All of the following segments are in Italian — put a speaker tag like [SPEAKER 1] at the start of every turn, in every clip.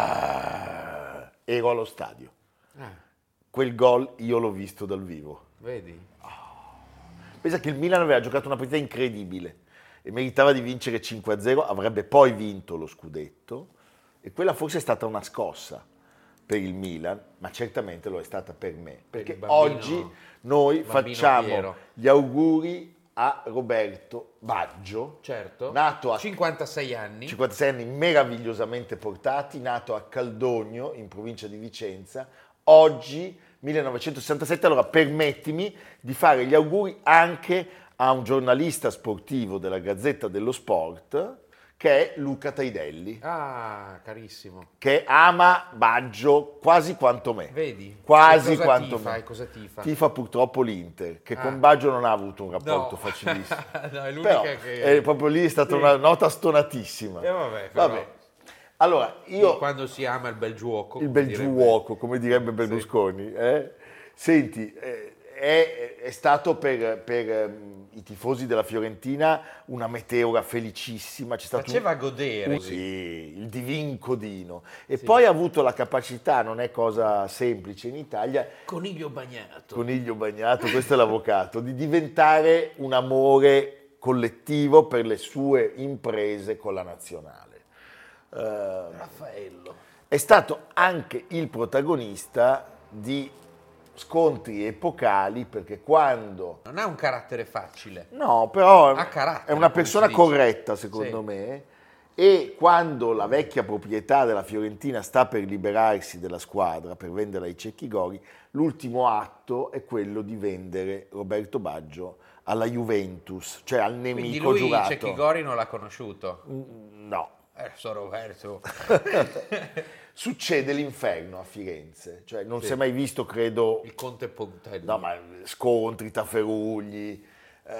[SPEAKER 1] Ah, ero allo stadio.
[SPEAKER 2] Ah,
[SPEAKER 1] Quel gol io l'ho visto dal vivo.
[SPEAKER 2] vedi?
[SPEAKER 1] Pensa che il Milan aveva giocato una partita incredibile e meritava di vincere 5-0, avrebbe poi vinto lo scudetto e quella forse è stata una scossa per il Milan, ma certamente lo è stata per me, perché
[SPEAKER 2] il bambino-
[SPEAKER 1] oggi noi
[SPEAKER 2] bambino
[SPEAKER 1] facciamo
[SPEAKER 2] Piero.
[SPEAKER 1] gli auguri a Roberto Baggio,
[SPEAKER 2] Certo.
[SPEAKER 1] nato a
[SPEAKER 2] 56 anni.
[SPEAKER 1] 56 anni meravigliosamente portati, nato a Caldogno in provincia di Vicenza, oggi 1967, allora permettimi di fare gli auguri anche a un giornalista sportivo della Gazzetta dello Sport che è Luca Taidelli,
[SPEAKER 2] Ah, carissimo.
[SPEAKER 1] che ama Baggio quasi quanto me.
[SPEAKER 2] Vedi?
[SPEAKER 1] Quasi
[SPEAKER 2] E cosa
[SPEAKER 1] quanto
[SPEAKER 2] tifa,
[SPEAKER 1] me.
[SPEAKER 2] e cosa tifa?
[SPEAKER 1] Tifa purtroppo l'Inter, che
[SPEAKER 2] Ah.
[SPEAKER 1] con Baggio non ha avuto un rapporto
[SPEAKER 2] No.
[SPEAKER 1] facilissimo.
[SPEAKER 2] No, è l'unica
[SPEAKER 1] Però
[SPEAKER 2] che-
[SPEAKER 1] è proprio lì è stata
[SPEAKER 2] Sì.
[SPEAKER 1] una nota stonatissima.
[SPEAKER 2] Eh, vabbè, però-
[SPEAKER 1] Vabbè. Allora, io
[SPEAKER 2] Quando si ama il bel giuoco.
[SPEAKER 1] il bel
[SPEAKER 2] Ecco, direbbe-
[SPEAKER 1] giuoco, come direbbe Berlusconi. eh. Senti, eh, è, è stato per, per, ehm, i tifosi della Fiorentina una meteora felicissima. C'è stato un-
[SPEAKER 2] Faceva godere.
[SPEAKER 1] un- sì, il divin codino. E
[SPEAKER 2] Sì.
[SPEAKER 1] poi ha avuto la capacità, non è cosa semplice in Italia,
[SPEAKER 2] Coniglio bagnato.
[SPEAKER 1] Coniglio bagnato, questo è l'avvocato, di diventare un amore collettivo per le sue imprese con la nazionale. Eh,
[SPEAKER 2] Raffaello.
[SPEAKER 1] è stato anche il protagonista di scontri epocali perché quando...
[SPEAKER 2] Non ha un carattere facile.
[SPEAKER 1] No, però
[SPEAKER 2] Ha
[SPEAKER 1] è
[SPEAKER 2] carattere,
[SPEAKER 1] una
[SPEAKER 2] come
[SPEAKER 1] persona
[SPEAKER 2] si dice.
[SPEAKER 1] corretta secondo
[SPEAKER 2] Sì.
[SPEAKER 1] me e quando la vecchia proprietà della Fiorentina sta per liberarsi della squadra, per venderla ai Cecchi Gori, l'ultimo atto è quello di vendere Roberto Baggio alla Juventus, cioè al
[SPEAKER 2] Quindi
[SPEAKER 1] nemico
[SPEAKER 2] lui
[SPEAKER 1] giurato.
[SPEAKER 2] Cecchigori non l'ha conosciuto.
[SPEAKER 1] Mm, No,
[SPEAKER 2] Eh, sono Roberto.
[SPEAKER 1] succede l'inferno a Firenze, cioè non
[SPEAKER 2] Sì.
[SPEAKER 1] si è mai visto, credo,
[SPEAKER 2] Il conte Pontello.
[SPEAKER 1] No, ma scontri, taferugli. eh,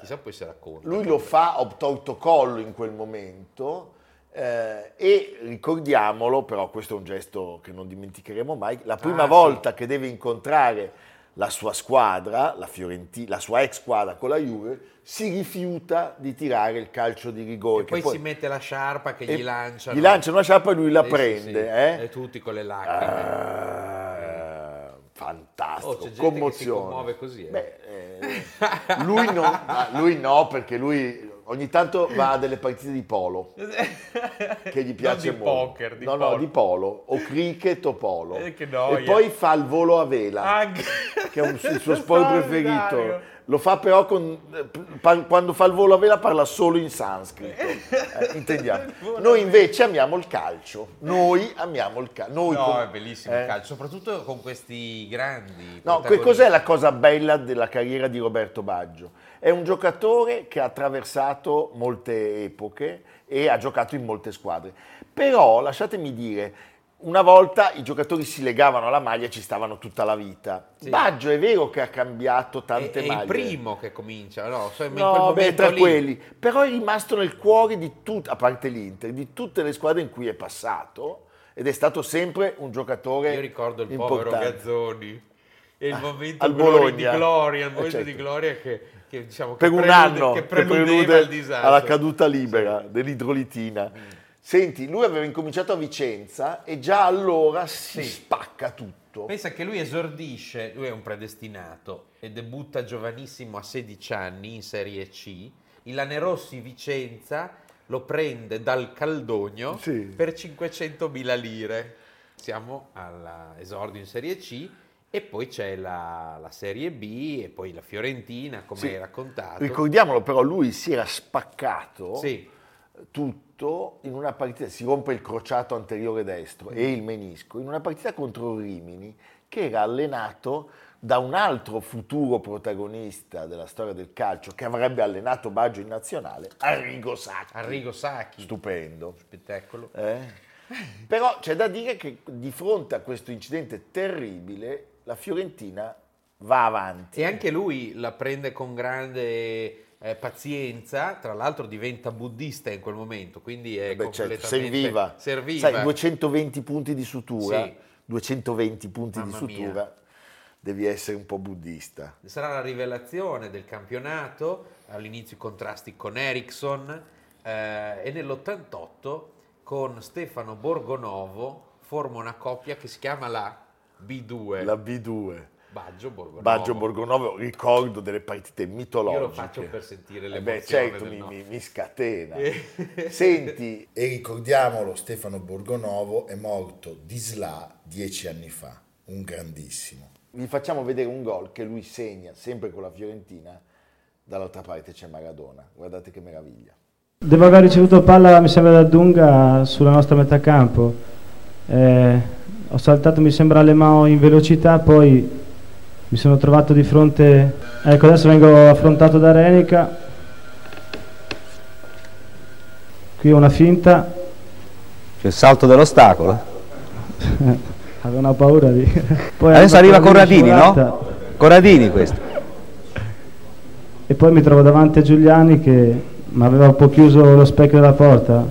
[SPEAKER 2] Chissà poi se racconta.
[SPEAKER 1] lui lo fa obtorto collo in quel momento eh, e ricordiamolo, però questo è un gesto che non dimenticheremo mai, la prima
[SPEAKER 2] Ah,
[SPEAKER 1] volta che deve incontrare la sua squadra, la, Fiorenti- la sua ex squadra con la Juve, si rifiuta di tirare il calcio di rigore.
[SPEAKER 2] E poi,
[SPEAKER 1] che
[SPEAKER 2] si mette la sciarpa che
[SPEAKER 1] e-
[SPEAKER 2] gli lanciano.
[SPEAKER 1] Gli lanciano una sciarpa e lui la
[SPEAKER 2] Sì, sì,
[SPEAKER 1] prende.
[SPEAKER 2] sì.
[SPEAKER 1] eh.
[SPEAKER 2] E tutti con le lacrime. Eh.
[SPEAKER 1] Ah, fantastico,
[SPEAKER 2] Oh, c'è gente
[SPEAKER 1] commozione.
[SPEAKER 2] che si commuove così, eh.
[SPEAKER 1] Beh, eh, lui, no, ma lui no, perché lui ogni tanto va a delle partite di polo che gli piace
[SPEAKER 2] non di
[SPEAKER 1] molto.
[SPEAKER 2] poker, di
[SPEAKER 1] no, no,
[SPEAKER 2] polo.
[SPEAKER 1] di polo o cricket o polo.
[SPEAKER 2] Eh, che noia. Ah,
[SPEAKER 1] E poi fa il volo a vela,
[SPEAKER 2] Anche-
[SPEAKER 1] che è un- il suo sport preferito.
[SPEAKER 2] Straordinario.
[SPEAKER 1] Lo fa però con, eh, par- quando fa il volo a vela parla solo in sanscrito. Eh, intendiamo. Noi invece amiamo il calcio. Noi amiamo il calcio. Noi
[SPEAKER 2] No,
[SPEAKER 1] com-
[SPEAKER 2] è bellissimo
[SPEAKER 1] eh.
[SPEAKER 2] il calcio, soprattutto con questi grandi.
[SPEAKER 1] No, che
[SPEAKER 2] protagonisti.
[SPEAKER 1] cos'è la cosa bella della carriera di Roberto Baggio? È un giocatore che ha attraversato molte epoche e ha giocato in molte squadre. Però, lasciatemi dire, una volta i giocatori si legavano alla maglia e ci stavano tutta la vita.
[SPEAKER 2] Sì.
[SPEAKER 1] Baggio è vero che ha cambiato
[SPEAKER 2] È,
[SPEAKER 1] tante
[SPEAKER 2] è
[SPEAKER 1] maglie.
[SPEAKER 2] il primo che comincia, no? so, in quel
[SPEAKER 1] No, beh,
[SPEAKER 2] momento
[SPEAKER 1] tra
[SPEAKER 2] lì.
[SPEAKER 1] quelli. Però è rimasto nel cuore di tutte, a parte l'Inter, di tutte le squadre in cui è passato ed è stato sempre un giocatore
[SPEAKER 2] Io ricordo il povero
[SPEAKER 1] eh, importante.
[SPEAKER 2] Gazzoni. E il
[SPEAKER 1] Ah,
[SPEAKER 2] momento
[SPEAKER 1] al
[SPEAKER 2] glori-
[SPEAKER 1] Bologna.
[SPEAKER 2] di gloria, il
[SPEAKER 1] Eh,
[SPEAKER 2] momento
[SPEAKER 1] certo.
[SPEAKER 2] di gloria che, che, diciamo, che
[SPEAKER 1] per un
[SPEAKER 2] prelude-
[SPEAKER 1] anno
[SPEAKER 2] che
[SPEAKER 1] che
[SPEAKER 2] preludeva
[SPEAKER 1] prelude
[SPEAKER 2] il disastro. Mm.
[SPEAKER 1] alla caduta libera dell'idrolitina. Senti, lui aveva incominciato a Vicenza e già allora si
[SPEAKER 2] Sì.
[SPEAKER 1] spacca tutto.
[SPEAKER 2] Pensa che lui esordisce, lui è un predestinato e debutta giovanissimo a 16 anni in Serie C. Il Lanerossi Vicenza lo prende dal Caldogno
[SPEAKER 1] Sì.
[SPEAKER 2] per 500.000 lire. Siamo all'esordio in Serie C e poi c'è la, la Serie B e poi la Fiorentina, come
[SPEAKER 1] Sì.
[SPEAKER 2] hai raccontato.
[SPEAKER 1] Ricordiamolo però, lui si era spaccato
[SPEAKER 2] Sì,
[SPEAKER 1] tutto in una partita, si rompe il crociato anteriore destro e
[SPEAKER 2] Mm.
[SPEAKER 1] il menisco, in una partita contro Rimini che era allenato da un altro futuro protagonista della storia del calcio che avrebbe allenato Baggio in nazionale, Arrigo Sacchi.
[SPEAKER 2] Arrigo Sacchi,
[SPEAKER 1] Stupendo.
[SPEAKER 2] spettacolo.
[SPEAKER 1] Eh? Però c'è da dire che di fronte a questo incidente terribile, la Fiorentina va avanti.
[SPEAKER 2] E anche lui la prende con grande eh, pazienza, tra l'altro diventa buddista in quel momento, quindi è
[SPEAKER 1] Beh, certo,
[SPEAKER 2] completamente
[SPEAKER 1] serviva.
[SPEAKER 2] serviva.
[SPEAKER 1] Sai, 220 punti di sutura,
[SPEAKER 2] Sì.
[SPEAKER 1] 220 punti di
[SPEAKER 2] Mamma
[SPEAKER 1] sutura, devi essere un po' buddista.
[SPEAKER 2] Sarà la rivelazione del campionato, all'inizio i contrasti con Ericsson eh, e nell'88 con Stefano Borgonovo forma una coppia che si chiama la B2.
[SPEAKER 1] La B2.
[SPEAKER 2] Baggio Borgonovo.
[SPEAKER 1] Baggio Borgonovo, ricordo delle partite mitologiche.
[SPEAKER 2] Io lo faccio per sentire le
[SPEAKER 1] Eh beh, certo, mi, mi- mi scatena.
[SPEAKER 2] Eh.
[SPEAKER 1] Senti,
[SPEAKER 3] E ricordiamolo, Stefano Borgonovo è morto di SLA dieci anni fa, un grandissimo.
[SPEAKER 1] vi facciamo vedere un gol che lui segna sempre con la Fiorentina, dall'altra parte c'è Maradona. Guardate che meraviglia.
[SPEAKER 4] Deve aver ricevuto palla, mi sembra, da Dunga sulla nostra metà campo. Eh, ho saltato, mi sembra, le mani in velocità, poi mi sono trovato di fronte... Ecco, adesso vengo affrontato da Renica. Qui ho una finta,
[SPEAKER 5] C'è il salto dell'ostacolo.
[SPEAKER 4] avevo una paura di... Poi
[SPEAKER 5] Adesso
[SPEAKER 4] arriva
[SPEAKER 5] arriva Corradini,
[SPEAKER 4] scivolata.
[SPEAKER 5] no? Corradini questo.
[SPEAKER 4] E poi mi trovo davanti a Giuliani che mi aveva un po' chiuso lo specchio della porta.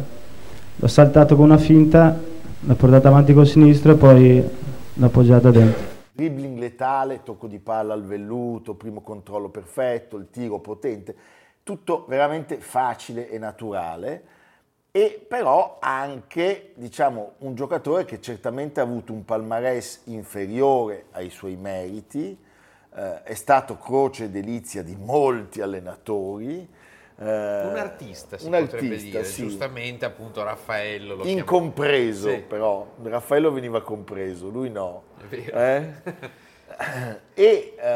[SPEAKER 4] L'ho saltato con una finta, l'ho portata avanti col sinistro e poi l'ho appoggiata dentro.
[SPEAKER 1] Dribbling letale, tocco di palla al velluto, primo controllo perfetto, il tiro potente, tutto veramente facile e naturale. E però anche, diciamo, un giocatore che certamente ha avuto un palmarès inferiore ai suoi meriti, eh, è stato croce e delizia di molti allenatori. eh,
[SPEAKER 2] Un artista si
[SPEAKER 1] un
[SPEAKER 2] potrebbe
[SPEAKER 1] artista,
[SPEAKER 2] dire,
[SPEAKER 1] sì.
[SPEAKER 2] giustamente appunto Raffaello. Lo
[SPEAKER 1] Incompreso
[SPEAKER 2] chiamano. Sì,
[SPEAKER 1] però, Raffaello veniva compreso, lui no.
[SPEAKER 2] è vero.
[SPEAKER 1] Eh? e eh,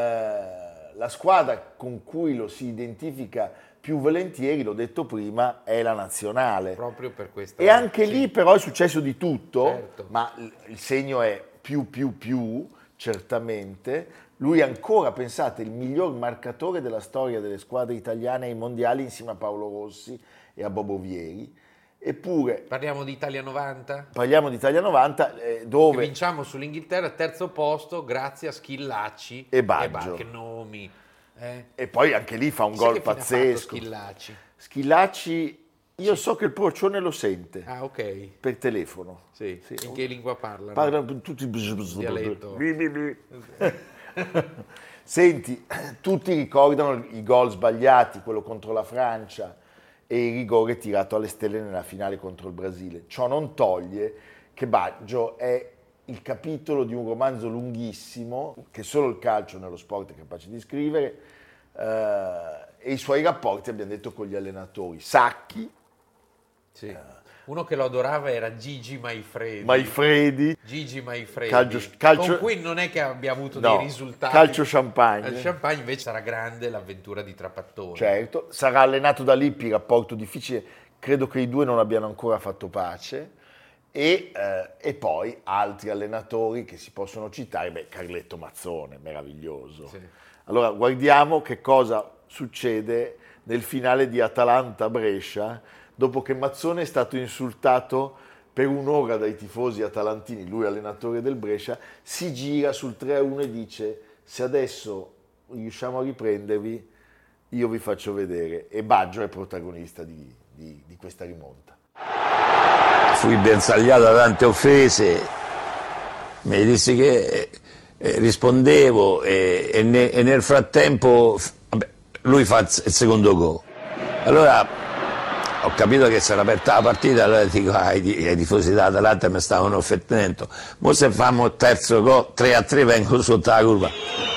[SPEAKER 1] la squadra con cui lo si identifica più volentieri, l'ho detto prima, è la nazionale.
[SPEAKER 2] Proprio per questa.
[SPEAKER 1] E anche
[SPEAKER 2] sì.
[SPEAKER 1] lì però è successo di tutto,
[SPEAKER 2] Certo.
[SPEAKER 1] ma il- il segno è più più più, certamente. Lui è ancora, pensate, il miglior marcatore della storia delle squadre italiane ai mondiali insieme a Paolo Rossi e a Bobo Vieri. Eppure,
[SPEAKER 2] Parliamo di Italia 90?
[SPEAKER 1] parliamo di Italia 90, eh,
[SPEAKER 2] Che
[SPEAKER 1] dove
[SPEAKER 2] vinciamo sull'Inghilterra, terzo posto, grazie a Schillacci
[SPEAKER 1] E Baggio.
[SPEAKER 2] Ba- che nomi. Eh?
[SPEAKER 1] E poi anche lì fa un
[SPEAKER 2] Chissà
[SPEAKER 1] gol
[SPEAKER 2] che fine ha fatto
[SPEAKER 1] pazzesco.
[SPEAKER 2] Schillacci.
[SPEAKER 1] Schillacci, io so che il procione lo sente
[SPEAKER 2] Ah, ok.
[SPEAKER 1] per telefono.
[SPEAKER 2] Sì.
[SPEAKER 1] Sì.
[SPEAKER 2] In che lingua parlano?
[SPEAKER 1] Parla con tutti
[SPEAKER 2] Dialetto.
[SPEAKER 1] Bi, bi, bi. Senti, tutti ricordano i gol sbagliati, quello contro la Francia e il rigore tirato alle stelle nella finale contro il Brasile. Ciò non toglie che Baggio è il capitolo di un romanzo lunghissimo che solo il calcio nello sport è capace di scrivere eh, e i suoi rapporti, abbiamo detto, con gli allenatori. Sacchi,
[SPEAKER 2] Sì. Uno che lo adorava era Gigi Maifredi.
[SPEAKER 1] Maifredi,
[SPEAKER 2] Gigi Maifredi,
[SPEAKER 1] Calcio- calcio-
[SPEAKER 2] con cui non è che abbia avuto
[SPEAKER 1] No,
[SPEAKER 2] dei risultati.
[SPEAKER 1] calcio champagne.
[SPEAKER 2] Al champagne invece sarà grande l'avventura di Trapattoni.
[SPEAKER 1] Certo, sarà allenato da Lippi, rapporto difficile, credo che i due non abbiano ancora fatto pace. E, eh, e poi altri allenatori che si possono citare, beh, Carletto Mazzone, meraviglioso.
[SPEAKER 2] Sì.
[SPEAKER 1] Allora guardiamo che cosa succede nel finale di Atalanta-Brescia dopo che Mazzone è stato insultato per un'ora dai tifosi atalantini, lui allenatore del Brescia, si gira sul 3-1 e dice se adesso riusciamo a riprendervi io vi faccio vedere e Baggio è protagonista di, di- di questa rimonta.
[SPEAKER 6] fui bersagliato da tante offese, mi dissi che eh, rispondevo e, e ne- e nel frattempo f- vabbè, lui fa il s- il secondo gol. Allora ho capito che si era aperta la partita, allora dico "Ah, ai, ti- ai tifosi dell'Atalanta mi stavano offendendo, mo se famo il terzo gol, 3 a 3 vengo sotto la curva.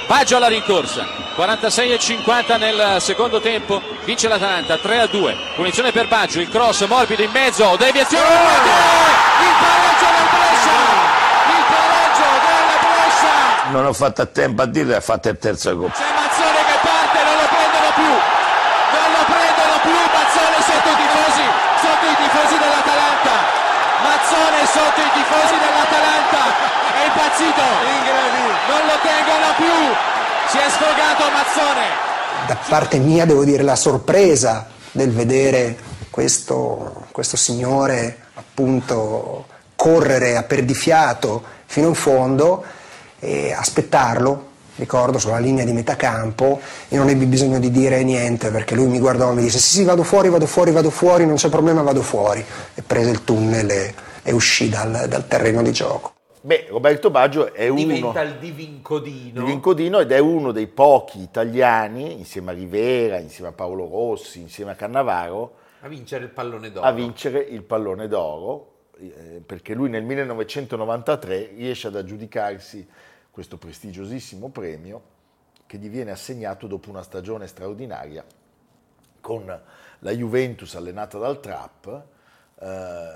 [SPEAKER 7] Baggio alla rincorsa, 46 e 50 nel secondo tempo, vince l'Atalanta, 3 a 2, punizione per Baggio, il cross morbido in mezzo, deviazione, il pareggio del Brescia, il pareggio della Brescia,
[SPEAKER 6] Non ho fatto a tempo a dirlo e ha fatto il terzo gol.
[SPEAKER 7] c'è Mazzone che parte, non lo prendono più, non lo prendono più, Mazzone sotto i tifosi, sotto i tifosi dell'Atalanta, Mazzone sotto i tifosi dell'Atalanta, è impazzito, non lo tengono più, si è sfogato Mazzone.
[SPEAKER 8] da parte mia devo dire la sorpresa del vedere questo, questo signore appunto correre a perdifiato fino in fondo e aspettarlo, ricordo, sulla linea di metà campo, io non ebbi bisogno di dire niente perché lui mi guardò e mi disse sì sì vado fuori, vado fuori, vado fuori, non c'è problema, vado fuori e prese il tunnel e, e uscì dal- dal terreno di gioco.
[SPEAKER 1] Beh, Roberto Baggio è uno
[SPEAKER 2] Diventa il divincodino.
[SPEAKER 1] di Vincodino ed è uno dei pochi italiani, insieme a Rivera, insieme a Paolo Rossi, insieme a Cannavaro,
[SPEAKER 2] a vincere il pallone d'oro.
[SPEAKER 1] a vincere il pallone d'oro eh, perché lui nel 1993 riesce ad aggiudicarsi questo prestigiosissimo premio che gli viene assegnato dopo una stagione straordinaria con la Juventus allenata dal Trapp eh,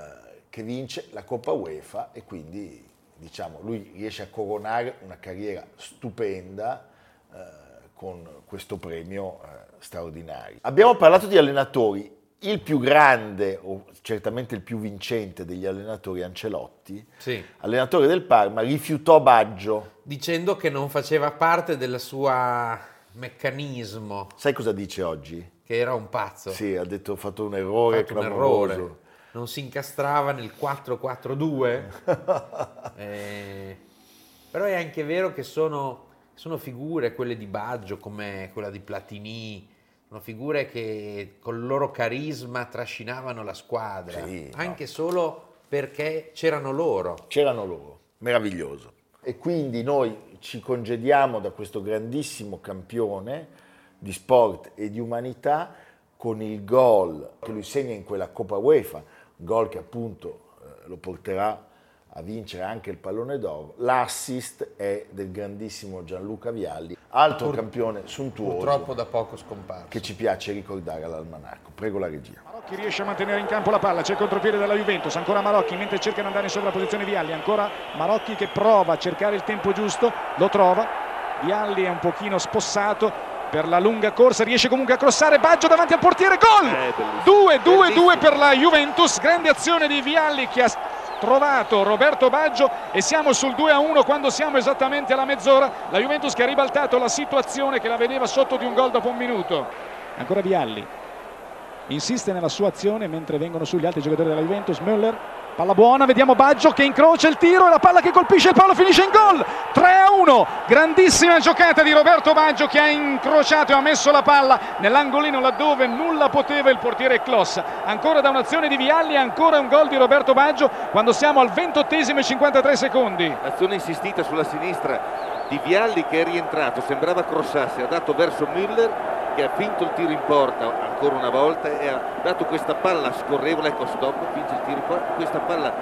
[SPEAKER 1] che vince la Coppa UEFA e quindi diciamo, lui riesce a coronare una carriera stupenda eh, con questo premio eh, straordinario. Abbiamo parlato di allenatori, il più grande o certamente il più vincente degli allenatori Ancelotti,
[SPEAKER 2] Sì.
[SPEAKER 1] allenatore del Parma, rifiutò Baggio.
[SPEAKER 2] Dicendo che non faceva parte del suo meccanismo,
[SPEAKER 1] Sai cosa dice oggi?
[SPEAKER 2] che era un pazzo.
[SPEAKER 1] Sì, ha detto ho fatto un
[SPEAKER 2] Ha
[SPEAKER 1] errore
[SPEAKER 2] fatto un
[SPEAKER 1] clamoroso.
[SPEAKER 2] errore. Non si incastrava nel 4-4-2. Eh, però è anche vero che sono, sono figure, quelle di Baggio, come quella di Platini, sono figure che con il loro carisma trascinavano la squadra,
[SPEAKER 1] Sì, no.
[SPEAKER 2] anche solo perché c'erano loro.
[SPEAKER 1] C'erano loro, meraviglioso. E quindi noi ci congediamo da questo grandissimo campione di sport e di umanità con il gol che lui segna in quella Coppa UEFA, gol che appunto eh, lo porterà a vincere anche il pallone d'oro. L'assist è del grandissimo Gianluca Vialli, altro campione suntuoso
[SPEAKER 2] Purtroppo da poco scomparso.
[SPEAKER 1] che ci piace ricordare all'almanacco. Prego la regia.
[SPEAKER 9] Marocchi riesce a mantenere in campo la palla, c'è il contropiede della Juventus, ancora Marocchi mentre cerca di andare in sovrapposizione Vialli, ancora Marocchi che prova a cercare il tempo giusto, lo trova, Vialli è un pochino spossato per la lunga corsa, riesce comunque a crossare Baggio davanti al portiere, gol! 2-2-2 per la Juventus, grande azione di Vialli che ha s- trovato Roberto Baggio e siamo sul 2-1 quando siamo esattamente alla mezz'ora, la Juventus che ha ribaltato la situazione che la vedeva sotto di un gol dopo un minuto. Ancora Vialli, insiste nella sua azione mentre vengono su gli altri giocatori della Juventus, Müller palla buona, vediamo Baggio che incrocia il tiro e la palla che colpisce il palo finisce in gol 3-1, grandissima giocata di Roberto Baggio che ha incrociato e ha messo la palla nell'angolino laddove nulla poteva il portiere Kloss ancora da un'azione di Vialli, ancora un gol di Roberto Baggio quando siamo al 28 e 53 secondi
[SPEAKER 10] L'azione insistita sulla sinistra di Vialli che è rientrato, sembrava crossasse, ha dato verso Müller che ha finto il tiro in porta ancora una volta e ha dato questa palla scorrevole, ecco stop, finge il tiro in porta, questa palla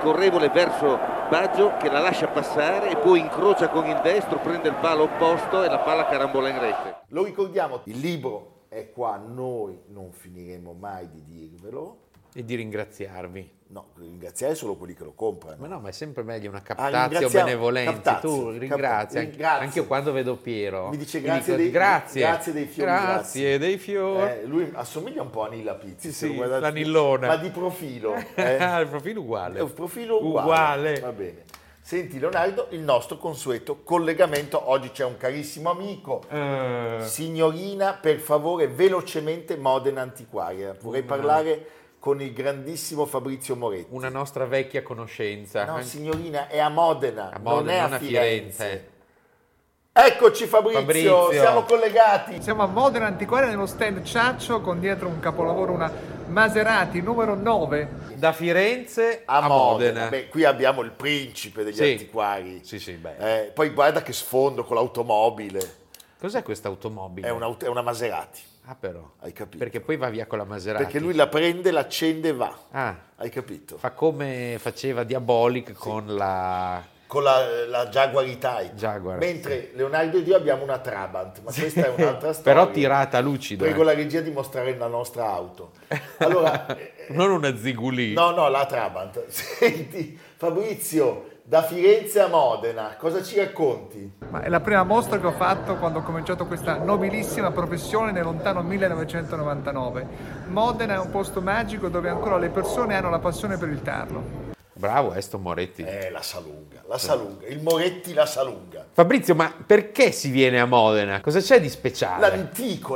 [SPEAKER 10] scorrevole verso Baggio che la lascia passare e poi incrocia con il destro, prende il palo opposto e la palla carambola in rete.
[SPEAKER 1] Lo ricordiamo, il libro è qua, noi non finiremo mai di dirvelo.
[SPEAKER 2] E di ringraziarvi.
[SPEAKER 1] No, ringraziare solo quelli che lo comprano.
[SPEAKER 2] Ma no, ma è sempre meglio una
[SPEAKER 1] Ah,
[SPEAKER 2] captazio
[SPEAKER 1] ringraziamo-
[SPEAKER 2] benevolente.
[SPEAKER 1] captazio,
[SPEAKER 2] tu ringrazia.
[SPEAKER 1] captazio,
[SPEAKER 2] anche-
[SPEAKER 1] ringrazio.
[SPEAKER 2] Anche io quando vedo Piero.
[SPEAKER 1] Mi dice
[SPEAKER 2] gli
[SPEAKER 1] grazie,
[SPEAKER 2] dico
[SPEAKER 1] dei,
[SPEAKER 2] grazie,
[SPEAKER 1] grazie dei fiori.
[SPEAKER 2] Grazie dei fiori.
[SPEAKER 1] Eh, lui assomiglia un po' a Nilla Pizzi,
[SPEAKER 2] Sì,
[SPEAKER 1] se lo
[SPEAKER 2] sì,
[SPEAKER 1] guardate-
[SPEAKER 2] la Nillona.
[SPEAKER 1] Ma di profilo. eh.
[SPEAKER 2] il profilo uguale.
[SPEAKER 1] È un profilo uguale.
[SPEAKER 2] Uguale.
[SPEAKER 1] Va bene. Senti Leonardo, il nostro consueto collegamento. Oggi c'è un carissimo amico.
[SPEAKER 2] Eh,
[SPEAKER 1] Signorina, per favore, velocemente Modena Antiquaria. Vorrei
[SPEAKER 2] Mm.
[SPEAKER 1] parlare con il grandissimo Fabrizio Moretti.
[SPEAKER 2] una nostra vecchia conoscenza.
[SPEAKER 1] No,
[SPEAKER 2] Anche-
[SPEAKER 1] signorina, è a Modena,
[SPEAKER 2] Ah. a
[SPEAKER 1] non è
[SPEAKER 2] Modena,
[SPEAKER 1] a
[SPEAKER 2] non a
[SPEAKER 1] Firenze.
[SPEAKER 2] Firenze.
[SPEAKER 1] Eccoci Fabrizio,
[SPEAKER 2] Fabrizio.
[SPEAKER 1] siamo collegati.
[SPEAKER 11] Siamo a Modena Antiquaria nello stand Ciaccio con dietro un capolavoro, una Maserati numero 9.
[SPEAKER 2] Da Firenze
[SPEAKER 1] A,
[SPEAKER 2] a,
[SPEAKER 1] Modena.
[SPEAKER 2] Modena.
[SPEAKER 1] Beh, qui abbiamo il principe degli
[SPEAKER 2] Sì.
[SPEAKER 1] antiquari.
[SPEAKER 2] Sì, sì, beh.
[SPEAKER 1] Eh, poi guarda che sfondo con l'automobile.
[SPEAKER 2] Cos'è questa automobile?
[SPEAKER 1] È una, è una Maserati,
[SPEAKER 2] Ah, però.
[SPEAKER 1] hai capito?
[SPEAKER 2] Perché poi va via con la Maserati.
[SPEAKER 1] Perché lui la prende, l'accende e va.
[SPEAKER 2] Ah,
[SPEAKER 1] Hai capito?
[SPEAKER 2] fa come faceva Diabolic con la...
[SPEAKER 1] Con la, la Jaguar Italia.
[SPEAKER 2] Jaguar,
[SPEAKER 1] Mentre Leonardo ed io abbiamo una Trabant, ma questa è un'altra storia.
[SPEAKER 2] Però tirata lucida.
[SPEAKER 1] Prego la regia di mostrare la nostra auto. Allora, eh,
[SPEAKER 2] Non una zigulì.
[SPEAKER 1] no, no, la Trabant. Senti, Fabrizio, da Firenze a Modena, cosa ci racconti?
[SPEAKER 11] Ma è la prima mostra che ho fatto quando ho cominciato questa nobilissima professione nel lontano 1999. Modena è un posto magico dove ancora le persone hanno la passione per il tarlo.
[SPEAKER 2] Bravo, Esto Moretti.
[SPEAKER 1] Eh, la Salunga, la Salunga, il Moretti la Salunga.
[SPEAKER 2] Fabrizio, ma perché si viene a Modena? Cosa c'è di
[SPEAKER 1] Ah,
[SPEAKER 2] speciale?
[SPEAKER 1] L'antico,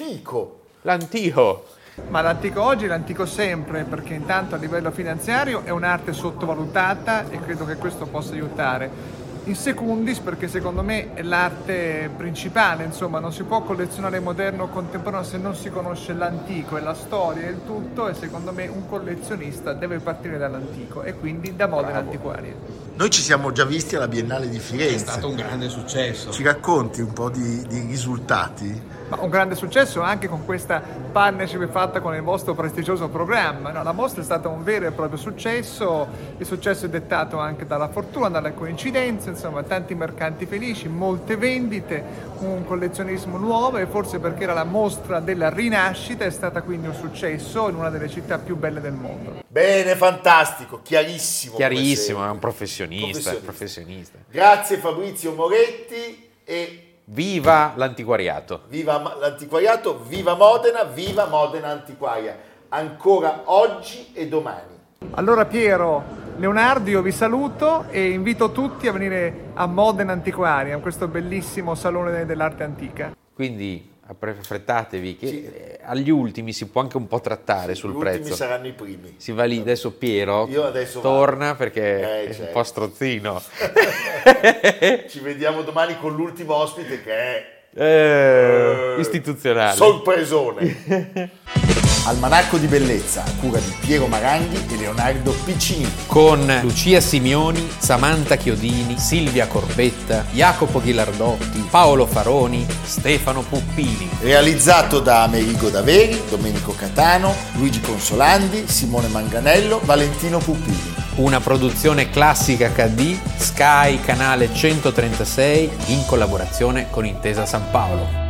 [SPEAKER 1] l'antico.
[SPEAKER 2] L'antico.
[SPEAKER 11] Ma l'antico oggi è l'antico sempre perché intanto a livello finanziario è un'arte sottovalutata e credo che questo possa aiutare. In secundis perché secondo me è l'arte principale, insomma non si può collezionare moderno o contemporaneo se non si conosce l'antico e la storia e il tutto e secondo me un collezionista deve partire dall'antico e quindi da modena antiquaria.
[SPEAKER 1] Noi ci siamo già visti alla Biennale di Firenze.
[SPEAKER 9] un grande successo
[SPEAKER 1] Ci racconti un po' di, di risultati?
[SPEAKER 11] ma un grande successo anche con questa partnership fatta con il vostro prestigioso programma. no? La mostra è stata un vero e proprio successo, il successo è dettato anche dalla fortuna, dalle coincidenze, insomma tanti mercanti felici, molte vendite, un collezionismo nuovo e forse perché era la mostra della rinascita è stata quindi un successo in una delle città più belle del mondo.
[SPEAKER 1] Bene, fantastico, chiarissimo. come
[SPEAKER 2] Chiarissimo, è un
[SPEAKER 1] sempre.
[SPEAKER 2] professionista, è un professionista.
[SPEAKER 1] Grazie Fabrizio Moretti e
[SPEAKER 2] Viva l'antiquariato.
[SPEAKER 1] viva Ma- l'antiquariato, viva Modena, viva Modena Antiquaria. Ancora oggi e domani.
[SPEAKER 11] Allora Piero, Leonardo, io vi saluto e invito tutti a venire a Modena Antiquaria, questo bellissimo salone dell'arte antica.
[SPEAKER 2] Quindi affrettatevi che eh, agli ultimi si può anche un po' trattare sul
[SPEAKER 1] Gli
[SPEAKER 2] prezzo.
[SPEAKER 1] ultimi saranno i primi.
[SPEAKER 2] Si va lì, adesso Piero
[SPEAKER 1] Io adesso
[SPEAKER 2] torna
[SPEAKER 1] vado.
[SPEAKER 2] perché
[SPEAKER 1] Eh,
[SPEAKER 2] è un
[SPEAKER 1] certo.
[SPEAKER 2] po' strozzino.
[SPEAKER 1] Ci vediamo domani con l'ultimo ospite che è
[SPEAKER 2] Eh, istituzionale.
[SPEAKER 1] sorpresone.
[SPEAKER 3] Almanacco di bellezza a cura di Piero Maranghi e Leonardo Piccini.
[SPEAKER 2] con Lucia Simioni, Samantha Chiodini, Silvia Corbetta, Jacopo Ghilardotti, Paolo Faroni, Stefano Puppini.
[SPEAKER 3] Realizzato da Amerigo Daveri, Domenico Catano, Luigi Consolandi, Simone Manganello, Valentino Pupini.
[SPEAKER 2] Una produzione classica HD, Sky Canale 136, in collaborazione con Intesa San Paolo.